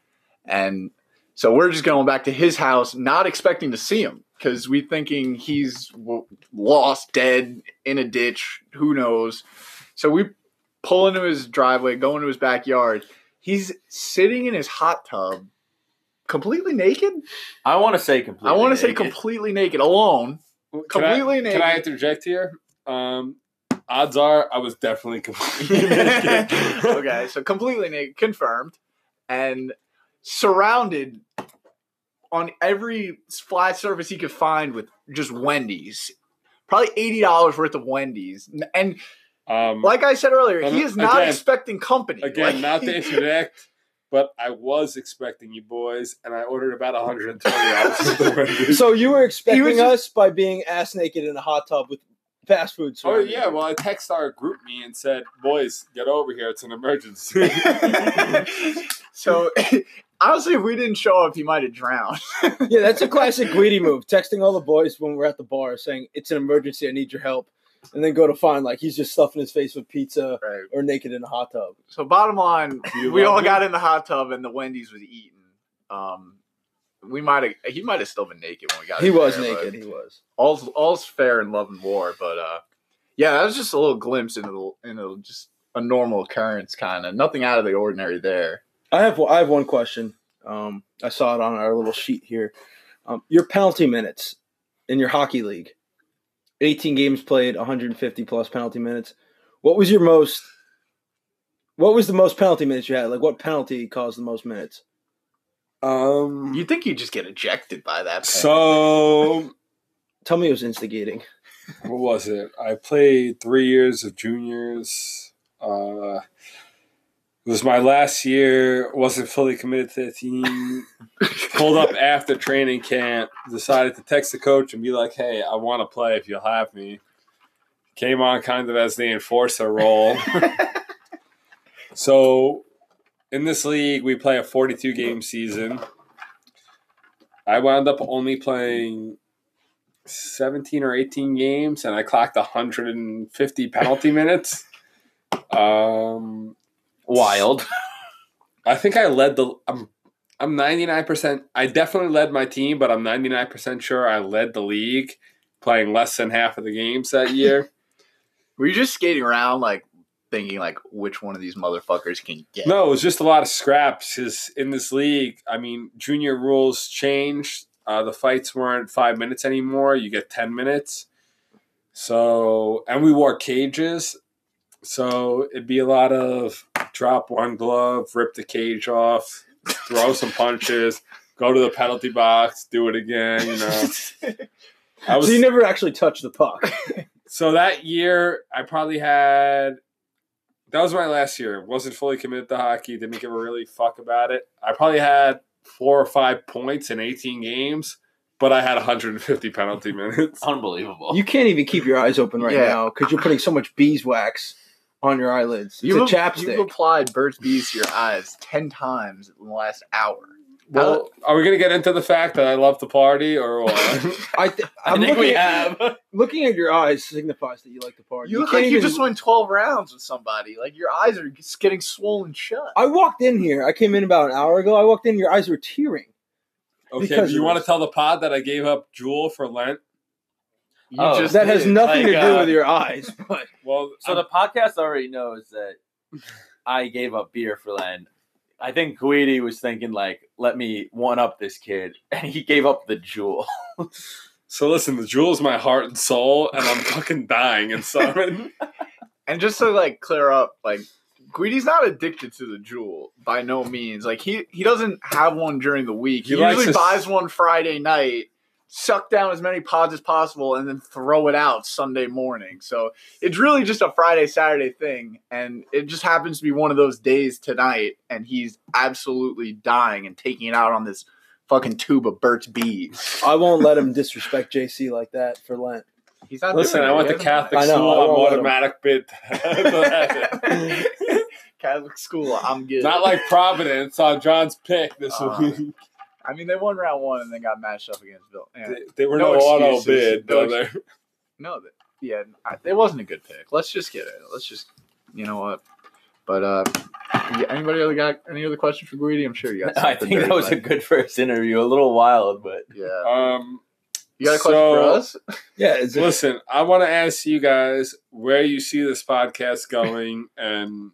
S1: And so we're just going back to his house, not expecting to see him because we thinking he's w- lost, dead, in a ditch, who knows. So we pull into his driveway, go into his backyard. He's sitting in his hot tub, completely naked.
S5: I want to say completely.
S1: I want to say
S5: naked.
S1: completely naked, alone.
S6: Can I-
S1: Completely
S6: Can I,
S1: naked.
S6: interject here? Um, odds are I was definitely completely naked.
S1: okay, so completely naked, confirmed, and surrounded on every flat surface he could find with just Wendy's. Probably eighty dollars worth of Wendy's, and
S6: Um,
S1: like I said earlier, he
S6: And
S1: is not
S6: again-
S1: expecting company.
S6: again,
S1: Like,
S6: not to interject, but I was expecting you boys, and I ordered about 120 dollars.
S7: So you were expecting
S1: was just-
S7: us by being ass naked in a hot tub with fast food.
S6: Oh
S7: surrounding
S6: yeah,
S7: you.
S6: well I text our group me and said, "Boys, get over here! It's an emergency."
S1: so honestly, if we didn't show up, he might have drowned.
S7: yeah, that's a classic Guidi move. Texting all the boys when we're at the bar, saying it's an emergency, I need your help, and then go to find like he's just stuffing his face with pizza
S1: Right.
S7: or naked in a hot tub.
S1: So bottom line,
S6: You
S1: we
S6: love
S1: all
S6: me?
S1: got in the hot tub and the Wendy's was eaten. Um, we might have he might have still been naked when we got.
S7: He
S1: in
S7: was
S1: there, but
S7: naked. He was.
S1: All's all's fair in love and war, but uh, yeah, that was just a little glimpse into the into just a normal occurrence, kind of nothing out of the ordinary there.
S7: I have I have one question. Um, I saw it on our little sheet here. Um, your penalty minutes in your hockey league, eighteen games played, one hundred and fifty plus penalty minutes. What was your most? What was the most penalty minutes you had? Like, what penalty caused the most minutes?
S6: um,
S1: You think you just get ejected by that? point.
S6: so
S7: Tell me it was instigating.
S6: what was it? I played three years of juniors. Uh, it was my last year. wasn't fully committed to the team. Pulled up after training camp. Decided to text the coach and be like, "Hey, I want to play if you'll have me." Came on kind of as the enforcer role. so, in this league, we play a 42 game season. I wound up only playing 17 or 18 games and I clocked 150 penalty minutes. Um,
S5: wild.
S6: I think I led the. I'm I'm 99%. I definitely led my team, but I'm 99% sure I led the league, playing less than half of the games that year.
S1: were you just skating around like thinking like which one of these motherfuckers can get?
S6: No, it was just a lot of scraps. Because in this league, I mean, junior rules changed. Uh, the fights weren't five minutes anymore. You get ten minutes. So, and we wore cages. So it'd be a lot of drop one glove, rip the cage off, throw some punches, go to the penalty box, do it again. You know, I
S7: so you never actually touched the puck.
S6: so that year, I probably had. That was my last year. Wasn't fully committed to hockey. Didn't give a really fuck about it. I probably had four or five points in 18 games, but I had 150 penalty minutes.
S5: Unbelievable.
S7: You can't even keep your eyes open right
S1: Yeah.
S7: now because you're putting so much beeswax on your eyelids. It's
S1: You've,
S7: a
S1: ap-
S7: chapstick.
S1: you've applied Burt's Bees to your eyes 10 times in the last hour.
S6: Well, are we gonna get into the fact that I love to party or what?
S7: I, th-
S5: I
S7: I'm
S5: think
S7: looking
S5: we
S7: at,
S5: have.
S7: looking at your eyes signifies that you like to party.
S1: You look like you just won 12 rounds with somebody. Like your eyes are just getting swollen shut.
S7: I walked in here. I came in about an hour ago. I walked in. Your eyes were tearing.
S6: okay,
S7: Because
S6: you
S7: of
S6: want to
S7: this.
S6: tell the pod that I gave up Jewel for Lent?
S1: You
S5: Oh,
S1: just
S7: that has
S1: did.
S7: nothing
S5: like,
S7: to do
S5: uh,
S7: with your eyes. But
S6: Well,
S5: So the podcast already knows that I gave up beer for Len. I think Guidi was thinking like, let me one up this kid, and he gave up the jewel.
S6: so listen, the Jewel is my heart and soul, and I'm fucking dying inside.
S1: And just to like clear up, like Guidi's not addicted to the jewel by no means. Like he he doesn't have one during the week. He,
S6: He likes
S1: usually
S6: to
S1: buys
S6: s-
S1: one Friday night, suck down as many pods as possible, and then throw it out Sunday morning. So it's really just a Friday Saturday thing, and it just happens to be one of those days tonight. And he's absolutely dying and taking it out on this fucking tube of Burt's Bees.
S7: I won't let him disrespect JC like that for Lent.
S1: He's not.
S6: Listen,
S1: doing
S6: I
S1: it.
S6: went
S1: He
S6: to
S1: hasn't-
S6: Catholic
S7: I know,
S6: school.
S7: I
S6: I'm
S7: won't let 'em.
S6: automatic bid.
S1: Catholic school. I'm good.
S6: Not like Providence on John's pick this
S1: Uh,
S6: week.
S1: I mean, they won round one and then got matched up against Bill. Yeah.
S6: They, they were
S1: no
S6: no, auto
S1: excuses.
S6: bid,
S1: No
S6: though. They're
S1: No, th- yeah, I- it wasn't a good pick. Let's just get it. Let's just, you know what? But uh, yeah, anybody other got any other questions for Guidi? I'm sure you got.
S5: I
S1: something
S5: think that
S1: there,
S5: was a
S1: but-
S5: good first interview. A little wild, but
S1: Yeah,
S6: Um,
S1: you got a question for
S6: So-
S1: us?
S7: Yeah, is it,
S6: listen, I want to ask you guys where you see this podcast going, and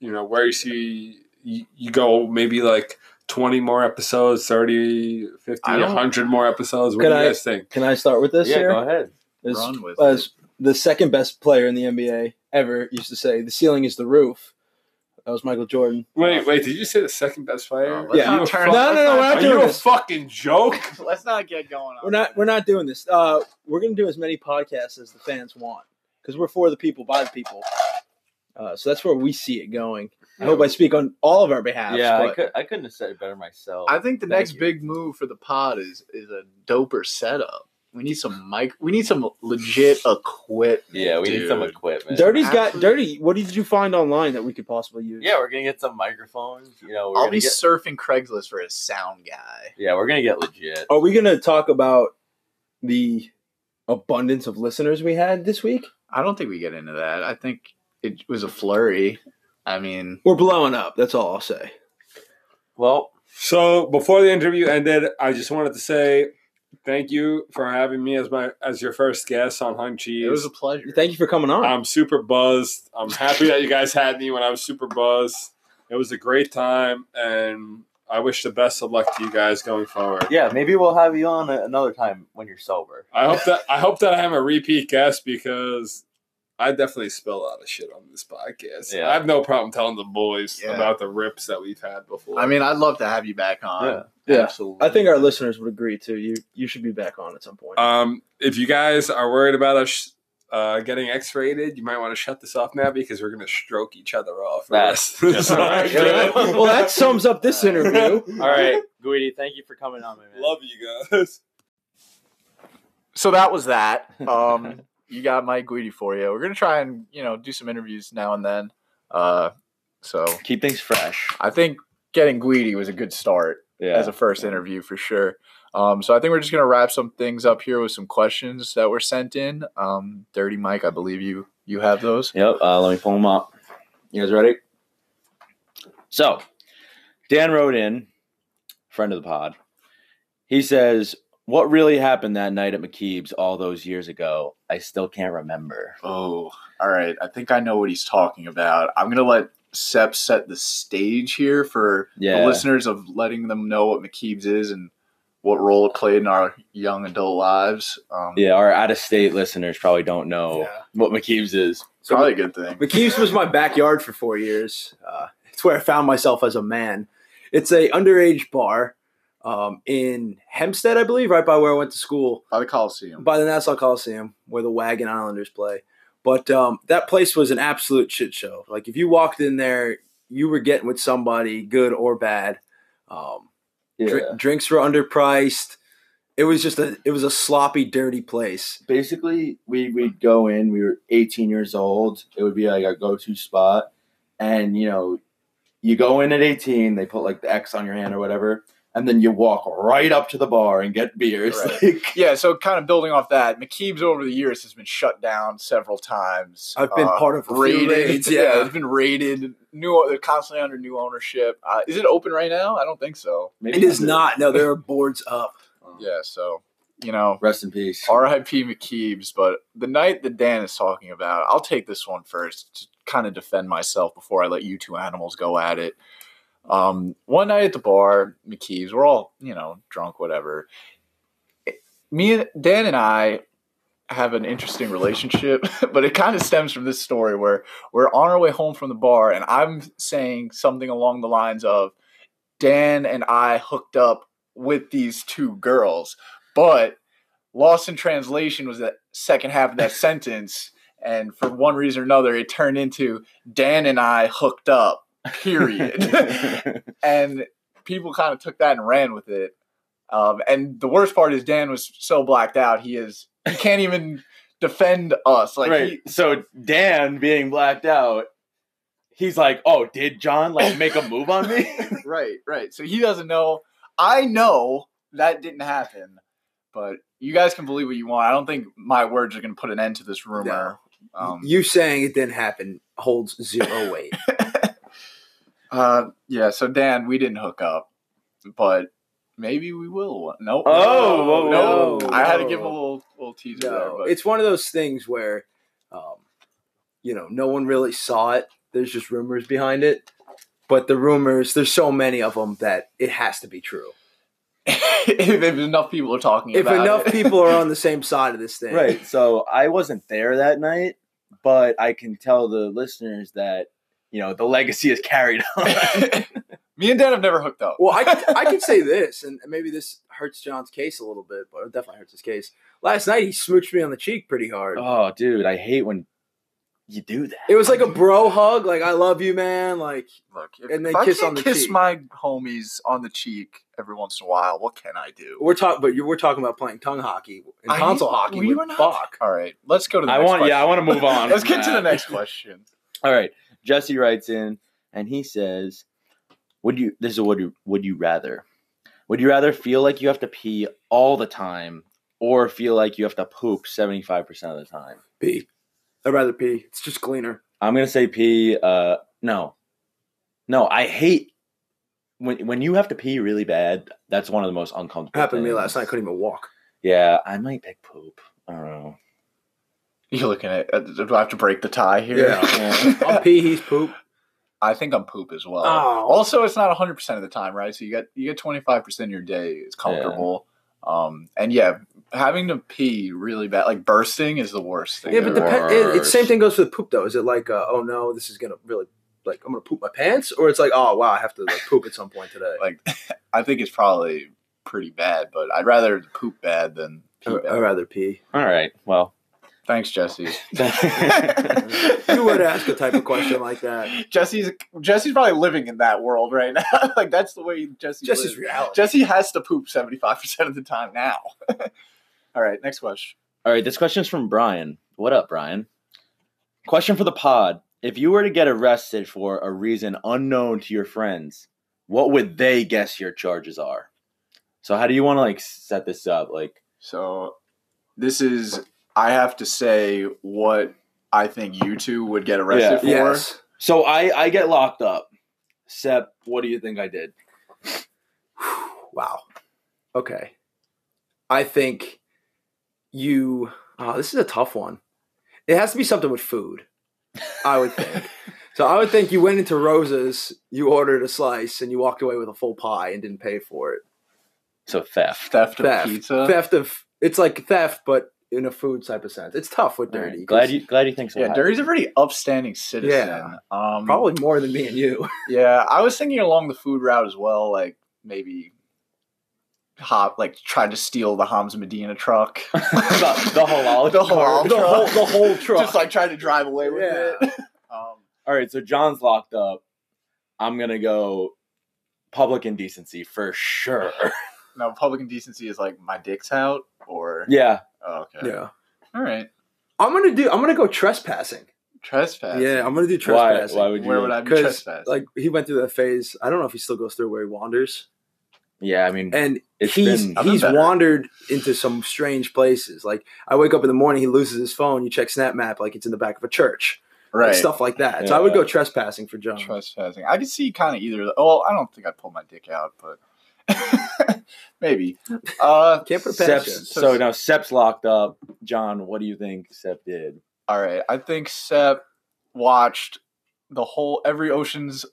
S6: you know where you see you, you go. Maybe like twenty more episodes, 30, 50,
S1: I don't-
S6: 100 more episodes. What
S7: Can
S6: do you
S7: I-
S6: guys think?
S7: can I start with this
S5: yeah,
S7: here?
S5: go ahead.
S7: As-
S1: Run with
S7: as the second best player in the NBA ever used to say, "The ceiling is the roof." That was Michael Jordan.
S6: Wait, wait, did you say the second best player?
S1: Oh, let's
S7: Yeah.
S1: not
S6: You a
S1: turn-
S6: fuck-
S7: No, no, no, we're
S1: let's
S7: not
S6: Are
S1: not-
S7: doing
S6: you a
S7: this.
S6: fucking joke?
S1: Let's not get going. On
S7: We're not. We're not doing this. Uh, we're gonna do as many podcasts as the fans want because we're for the people, by the people. Uh, so that's where we see it going. I hope I speak on all of our behalf.
S5: yeah, I,
S7: but
S5: could, I couldn't have said it better myself.
S1: I think the
S5: Thank
S1: next
S5: you.
S1: big move for the pod is is a doper setup. We need some mic. We need some legit equipment.
S5: yeah, we need some
S1: dude.
S5: equipment.
S7: Dirty's got
S1: Absolutely.
S7: dirty. What did you find online that we could possibly use?
S5: Yeah, we're gonna get some microphones. You know, we're
S1: I'll
S5: gonna
S1: be
S5: get,
S1: surfing Craigslist for a sound guy.
S5: yeah, we're gonna get legit.
S7: Are we gonna talk about the abundance of listeners we had this week?
S1: I don't think we get into that. I think it was a flurry. I mean,
S7: We're blowing up. That's all I'll say.
S5: Well,
S6: So before the interview ended, I just wanted to say thank you for having me as my as your first guest on Hung Cheese.
S1: it was a pleasure.
S7: Thank you for coming on.
S5: Um,
S6: I'm super buzzed. I'm happy that you guys had me when I was super buzzed. It was a great time, and I wish the best of luck to you guys going forward.
S5: yeah, maybe we'll have you on a- another time when you're sober.
S6: I hope that I hope that I am a repeat guest because I definitely spill a lot of shit on this podcast.
S5: Yeah.
S6: I have no problem telling the boys
S1: Yeah.
S6: about the rips that we've had before.
S1: I mean, I'd love to have you back on.
S5: Yeah.
S7: Yeah.
S1: Absolutely.
S7: I think our listeners would agree too. You you should be back on at some point.
S5: Uh,
S6: Um, if you guys are worried about us uh, getting X-rated, you might want to shut this off now because we're gonna stroke each other off. for
S5: That's
S6: this.
S5: just
S6: All
S5: right.
S6: right, good.
S7: well, that sums up this interview.
S5: All right, Guidi, thank you for coming on, my man.
S6: Love you guys.
S1: so. That was that. Um, you got Mike Guidi for you. We're gonna try and you know do some interviews now and then. Uh, so
S5: Keep things fresh.
S1: I think getting Guidi was a good start.
S5: Yeah.
S1: as a first interview for sure. Um, so I think we're just gonna wrap some things up here with some questions that were sent in. Um, Dirty Mike, I believe you you have those.
S5: Yep. Uh, let me pull them up. You guys ready? So, Dan wrote in, friend of the pod. He says, "What really happened that night at McKeeb's all those years ago? I still can't remember."
S1: Oh, all right. I think I know what he's talking about. I'm gonna let Sep set the stage here for
S5: Yeah.
S1: the listeners of letting them know what McKeeb's is and what role it played in our young adult lives. Um,
S5: Yeah, our out-of-state listeners probably don't know
S3: Oh.
S1: Yeah.
S5: what McKeeb's is.
S1: it's probably a good thing.
S7: McKeeves was my backyard for four years. Uh, it's where I found myself as a man. It's a underage bar um, in Hempstead, I believe, right by where I went to school.
S1: By the Coliseum.
S7: by the Nassau Coliseum where the Wagon Islanders play. But um, that place was an absolute shit show. Like if you walked in there, you were getting with somebody, good or bad. Um, dr- drinks were underpriced.
S4: It was just a it was a sloppy, dirty place.
S3: basically we we'd go in. We were 18 years old. It would be like our go-to spot, and you know, you go in at 18. They put like the X on your hand or whatever, and then you walk right up to the bar and get beers.
S1: Right.
S3: Like,
S1: Yeah, so kind of building off that, McKeeb's over the years has been shut down several times.
S4: I've been
S1: Uh,
S4: part of a few
S1: raided.
S4: raids,
S1: yeah.
S4: yeah.
S1: it's been raided. New, they're constantly under new ownership. Uh, is it open right now? I don't think so.
S3: maybe
S4: It is not. No, there are boards up.
S1: Yeah, so you know,
S3: Rest in peace.
S1: R.I.P. McKeeb's. But the night that Dan is talking about, I'll take this one first to kind of defend myself before I let you two animals go at it. Um, one night at the bar, McKeeb's, we're all you know drunk, whatever. It- me and Dan and I have an interesting relationship, but it kind of stems from this story where we're on our way home from the bar, and I'm saying something along the lines of Dan and I hooked up with these two girls, but lost in translation was the second half of that sentence, and for one reason or another, it turned into Dan and I hooked up. Period. and people kind of took that and ran with it. Um, and the worst part is Dan was so blacked out he is he can't even defend us. Like
S5: right.
S1: he,
S5: so Dan being blacked out, he's like, "Oh, did John like make a move on me?"
S1: right, right. So he doesn't know. I know that didn't happen, but you guys can believe what you want. I don't think my words are going to put an end to this rumor. Um,
S4: you saying it didn't happen holds zero weight.
S1: uh, yeah. So Dan, we didn't hook up, but maybe we will. Nope.
S5: Oh, whoa,
S1: no.
S4: whoa,
S1: I had to
S4: whoa.
S1: give him a little little teaser there,
S4: No,
S1: but
S4: it's one of those things where, um, you know, no one really saw it. There's just rumors behind it, but the rumors there's so many of them that it has to be true.
S1: if, if enough people are talking
S4: If
S1: about
S4: enough
S1: it.
S4: people are on the same side of this thing,
S3: Right. So I wasn't there that night, but I can tell the listeners that you know the legacy is carried on.
S1: Me and Dan have never hooked up.
S4: Well, I could, I could say this, and maybe this hurts John's case a little bit, but it definitely hurts his case. Last night he smooched me on the cheek pretty hard.
S3: oh, dude, I hate when you do that.
S4: It was like a bro hug, like "I love you, man." Like
S1: Look, if,
S4: And they
S1: if I
S4: kiss
S1: can't
S4: on the
S1: kiss
S4: cheek.
S1: my homies on the cheek every once in a while, what can I do?
S4: we're talking, but you we're talking about playing tongue hockey and
S1: I-
S4: tonsil hockey.
S1: we
S4: with
S1: were not-
S4: Bach.
S1: All right, let's go to the
S3: I
S1: next
S3: want. Yeah, I
S1: question.
S3: want to move on.
S1: Let's
S3: from
S1: get to the
S3: that.
S1: next question.
S3: All right. Jesse writes in and he says, Would you this is would you would you rather? Would you rather feel like you have to pee all the time or feel like you have to poop 75% of the time?
S4: Pee. I'd rather pee. It's just cleaner.
S3: I'm gonna say pee, uh no. No, I hate when when you have to pee really bad, that's one of the most uncomfortable.
S4: happened to me
S3: things.
S4: last night. I couldn't even walk.
S3: Yeah, I might pick poop. I don't know.
S1: You're looking at. uh, Do I have to break the tie here?
S3: Yeah.
S4: I'll pee. He's poop.
S1: I think I'm poop as well.
S4: Oh.
S1: Also, it's not 100 percent of the time, right? So you got you get 25 percent of your day is comfortable. Um, and yeah, having to pee really bad, like bursting, is the worst thing.
S4: Yeah, but the
S1: ever.
S4: pe- it, it's same thing goes with poop though. Is it like, uh, oh no, this is gonna really like I'm gonna poop my pants, or it's like, oh wow, I have to like poop at some point today.
S1: like I think it's probably pretty bad, but I'd rather poop bad than pee
S4: I-
S1: bad.
S4: I'd rather pee.
S3: All right. Well
S1: Thanks, Jesse.
S4: You would ask a type of question like that.
S1: Jesse's Jesse's probably living in that world right now. like that's the way Jesse.
S4: Just his
S1: lives.
S4: reality.
S1: Jesse has to poop seventy five percent of the time now. All right, next question.
S3: All right, this question is from Brian. What up, Brian? Question for the pod. If you were to get arrested for a reason unknown to your friends, what would they guess your charges are? So how do you want to like set this up? Like
S1: So this is I have to say what I think you two would get arrested for.
S4: Yes.
S3: so I I get locked up. Sep, what do you think I did?
S4: Wow. Okay. I think you. Oh, this is a tough one. It has to be something with food. I would think. so I would think you went into Rosa's, you ordered a slice, and you walked away with a full pie and didn't pay for it.
S3: So theft.
S1: Theft of
S4: Theft.
S3: Uh-huh.
S1: pizza.
S4: Theft of. It's like theft, but in a food type of sense. It's tough with
S3: All
S4: dirty.
S3: right, Glad you glad you think so.
S1: Yeah,
S3: high.
S1: Dirty's a pretty upstanding citizen. Um,
S4: Probably more than me and you.
S1: Yeah, I was thinking along the food route as well, like maybe hop like tried to steal the Hamza Medina truck. the,
S3: the, the halal.
S1: The halal
S3: the whole
S1: truck.
S3: the whole truck.
S1: Just like tried to drive away with it. Um,
S3: All right, so John's locked up. I'm gonna go public indecency for sure.
S1: now public indecency is like my dick's out or
S3: Yeah.
S1: oh, okay.
S4: Yeah.
S1: All right.
S4: I'm gonna do. I'm gonna go trespassing.
S1: Trespass.
S4: Yeah, I'm gonna do
S3: Why,
S4: trespassing.
S3: why would you?
S1: Where would I be
S4: Because
S1: trespassing?
S4: like he went through that phase. I don't know if he still goes through where he wanders,
S3: yeah, I mean,
S4: and
S3: It's
S4: he's
S3: been-
S1: I've been
S4: he's
S1: better.
S4: wandered into some strange places. Like I wake up in the morning, he loses his phone. You check Snap Map, like it's in the back of a church, Like,
S1: right.
S4: stuff like that. So I would
S3: Yeah.
S4: go trespassing for John.
S1: Trespassing. I could see kind of either. of the- Oh, I don't think I'd pull my dick out, but maybe. Uh,
S4: Can't put it past
S3: Seps,
S4: you.
S1: Sepsis.
S3: so now Sep's locked up. John, what do you think Sep did?
S1: all right. I think Sep watched the whole every Ocean's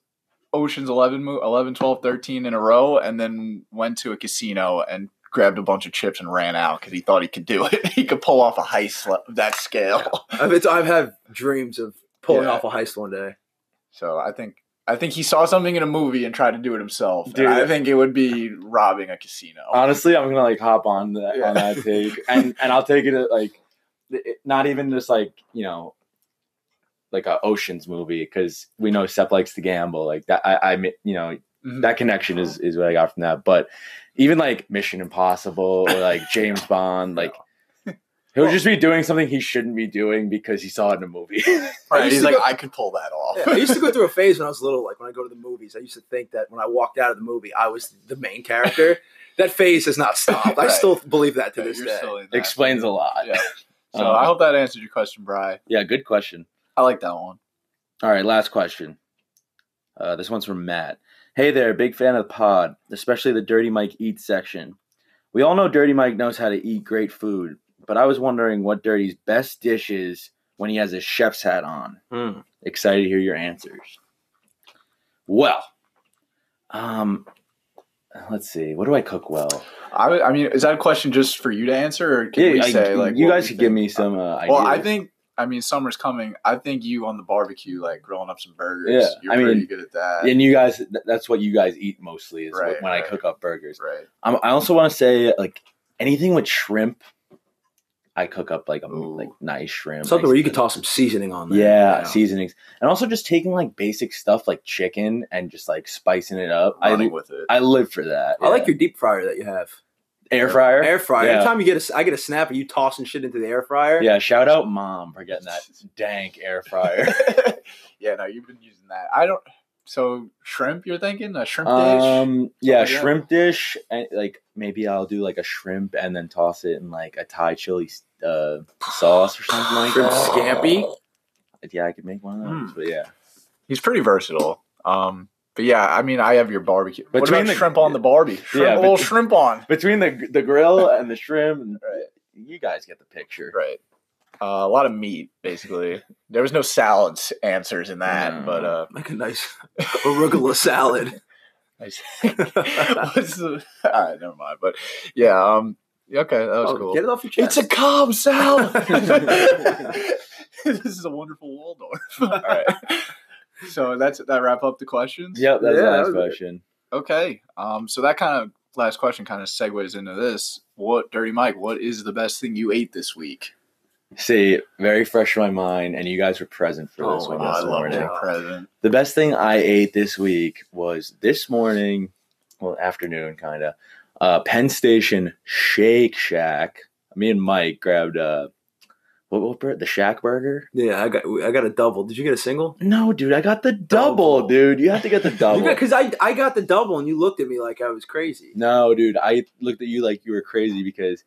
S1: Ocean's 11, mo- 11, 12, 13 in a row, and then went to a casino and grabbed a bunch of chips and ran out because he thought he could do it. he could pull off a heist le- of that scale.
S4: I've, it's, I've had dreams of pulling
S1: Yeah.
S4: off a heist one day.
S1: So I think I think he saw something in a movie and tried to do it himself. And
S3: Dude.
S1: I think it would be robbing a casino.
S4: Uh,
S3: Honestly, I'm gonna like hop on that
S1: Yeah.
S3: on that take, and and I'll take it at, like th- it- not even just like you know like a oceans movie because we know Sep likes to gamble like that. I I mi- you know
S1: Mhm.
S3: that connection is is what I got from that, but even like Mission Impossible or like James Bond like. He'll just be doing something he shouldn't be doing because he saw it in a movie.
S4: I
S1: right?
S4: used
S1: He's
S4: to
S1: like,
S4: go-
S1: I could pull that off.
S4: Yeah, I used to go through a phase when I was little, like when I go to the movies, I used to think that when I walked out of the movie, I was the main character. that phase has not stopped. I
S1: Right.
S4: still believe that to
S1: Yeah,
S4: this
S1: you're
S4: day. uh,
S1: still in that.
S3: Explains a lot.
S1: Yeah. So
S3: Um,
S1: I hope that answered your question, Bry.
S3: yeah, good question.
S1: I like that one.
S3: All right, last question. Uh, this one's from Matt. Hey there, big fan of the pod, especially the Dirty Mike Eat section. We all know Dirty Mike knows how to eat great food, but I was wondering what Dirty's best dish is when he has his chef's hat on.
S1: Hmm.
S3: Excited to hear your answers. Well, um, let's see. What do I cook well?
S1: I, would- I mean, is that a question just for you to answer, or can we
S3: I-
S1: say like
S3: you
S1: what
S3: guys
S1: we
S3: could give
S1: think?
S3: me some. Uh, ideas.
S1: Well, I think I mean summer's coming. I think you on the barbecue, like grilling up some burgers.
S3: Yeah,
S1: you're
S3: I
S1: pretty
S3: mean,
S1: good at that,
S3: and you guys, th- that's what you guys eat mostly is
S1: Right,
S3: when I
S1: right.
S3: cook up burgers.
S1: right?
S3: i I also want to say like anything with shrimp, I cook up like a
S1: Ooh.
S3: like nice shrimp.
S4: Something
S3: nice-
S4: where you could toss some seasoning on there.
S3: Yeah,
S4: you know?
S3: seasonings, and also just taking like basic stuff like chicken and just like spicing it up.
S1: Running
S3: I
S1: with it.
S3: I live for that.
S4: I like
S3: yeah.
S4: your deep fryer that you have.
S3: air fryer.
S4: Air fryer.
S3: Yeah.
S4: Anytime you get a, s- I get a snap and you tossing shit into the air fryer.
S3: yeah, shout out mom for getting that dank air fryer.
S1: yeah, no, you've been using that. I don't. So shrimp, you're thinking a shrimp dish?
S3: um, yeah,
S1: like that.
S3: shrimp dish, and like maybe I'll do like a shrimp and then toss it in like a Thai chili uh, sauce or something like
S4: Shrimp
S3: that.
S4: scampi.
S3: Yeah, I could make one of those,
S1: Mm.
S3: but yeah.
S1: He's pretty versatile. Um, but yeah, I mean, I have your barbecue. But what
S3: Between
S1: about
S3: the-
S1: shrimp on the barbie? Shrimp,
S3: Yeah,
S1: a little
S3: bet-
S1: shrimp on.
S3: between the the grill and the shrimp, and- uh,
S1: Right.
S3: you guys get the picture.
S1: Right. Uh, a lot of meat, basically. There was no salads answers in that,
S3: No.
S1: but uh,
S4: Make a nice arugula salad.
S1: I just- what's the, all right, never mind. But yeah, um, yeah, okay, that was
S4: Oh,
S1: cool.
S4: Get it off your chest.
S1: It's a cob salad. this is a wonderful Waldorf. All right. So that's that. Wrap up the questions.
S3: Yep, that's
S4: Yeah,
S3: the
S4: that
S3: last
S4: was it.
S3: question.
S1: Okay. Um. So that kind of last question kind of segues into this. What, Dirty Mike? What is the best thing you ate this week?
S3: See, very fresh in my mind, and you guys were present for this
S4: Oh,
S3: one
S4: I
S3: this
S4: love
S3: morning.
S1: that
S4: that.
S1: present.
S3: The best thing I ate this week was this morning, well, afternoon, kind of. Uh, Penn Station Shake Shack. Me and Mike grabbed uh, what, what bird? The Shack Burger.
S4: yeah, I got I got a double. Did you get a single?
S3: No, dude, I got the double,
S4: Double.
S3: dude. You have to get the double.
S4: Because I I got the double and you looked at me like I was crazy.
S3: No, dude, I looked at you like you were crazy because,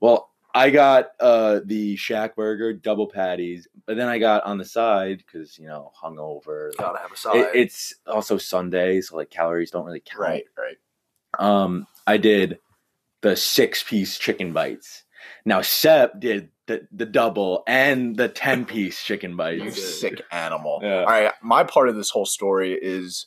S3: well, I got uh the Shack Burger double patties, but then I got on the side because you know hungover. like,
S4: Gotta have a side.
S3: it- it's also Sunday, so like calories don't really count.
S1: Right. Right.
S3: Um, I did the six piece chicken bites. Now Sep did the, the double and the ten piece chicken
S1: You
S3: bites.
S1: sick animal.
S3: Yeah.
S1: All right, my part of this whole story is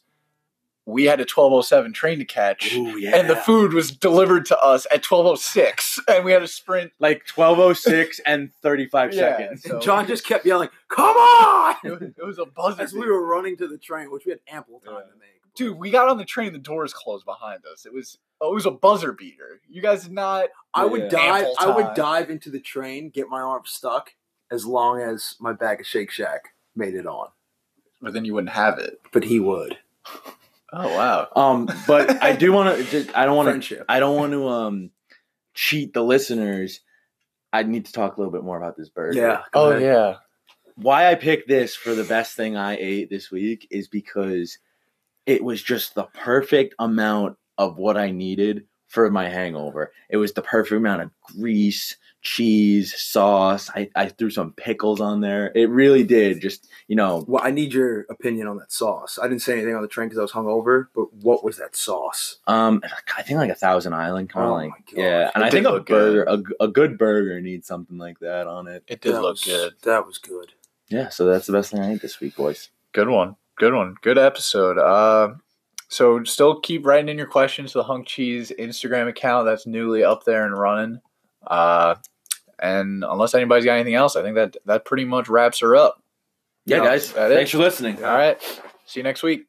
S1: we had a 1207 train to catch.
S3: Ooh, yeah.
S1: And the food was delivered to us at 1206 and we had a sprint.
S3: like twelve oh six and thirty five
S1: Yeah,
S3: seconds.
S1: so-
S4: John just kept yelling, "Come on!"
S1: It was, it was a buzzer.
S4: as we
S1: beater.
S4: were running to the train, which we had ample time to make.
S1: Dude, we got on the train, the doors closed behind us. It was oh, it was a buzzer beater. You guys did not
S4: I would
S3: Yeah.
S4: dive.
S1: Ample
S4: I would
S1: time.
S4: dive into the train, get my arm stuck, as long as my bag of Shake Shack made it on.
S1: but then you wouldn't have it.
S4: But he would.
S1: Oh wow.
S3: Um, but I do want to. I don't want to.
S4: Friendship.
S3: I don't want to um cheat the listeners. I need to talk a little bit more about this burger.
S4: Yeah.
S1: Oh yeah.
S3: Why I picked this for the best thing I ate this week is because it was just the perfect amount of what I needed for my hangover. It was the perfect amount of grease, cheese, sauce. I, I threw some pickles on there. It really did. Just you know,
S4: Well, I need your opinion on that sauce. I didn't say anything on the train because I was hungover, but what was that sauce?
S3: Um, I think like a Thousand Island, kind of
S4: Oh my
S3: like
S4: God.
S3: yeah. And
S1: It
S3: I think
S1: did
S3: a
S1: look good.
S3: burger, a, g- a good burger needs something like that on it.
S1: It did
S4: That
S1: look
S4: was-
S1: good.
S4: That was good.
S3: Yeah, so that's the best thing I ate this week, boys.
S1: Good one. Good one. Good episode. Uh, so still keep writing in your questions to the Hunk Cheese Instagram account. That's newly up there and running. Uh, and unless anybody's got anything else, I think that that pretty much wraps her up.
S3: Yeah,
S1: Yeah,
S3: guys,
S1: that is.
S3: thanks for listening.
S1: All right. See you next week.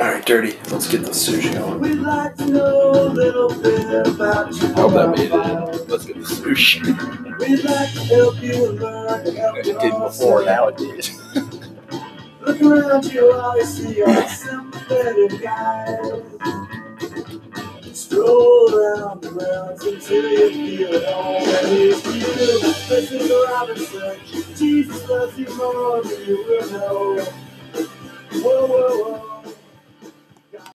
S4: All right, dirty. Let's get the sushi on.
S2: We'd like to know a little bit about you.
S4: Hope that made it. Let's get the sushi.
S2: We'd like to help you learn. and help
S4: It
S2: you
S4: did before,
S2: also.
S4: now it did.
S2: Look around you, all you see are sympathetic guys. Stroll around the grounds until you feel it all that is you. Mrs. Robinson, Jesus loves you more than you will know. Whoa, whoa,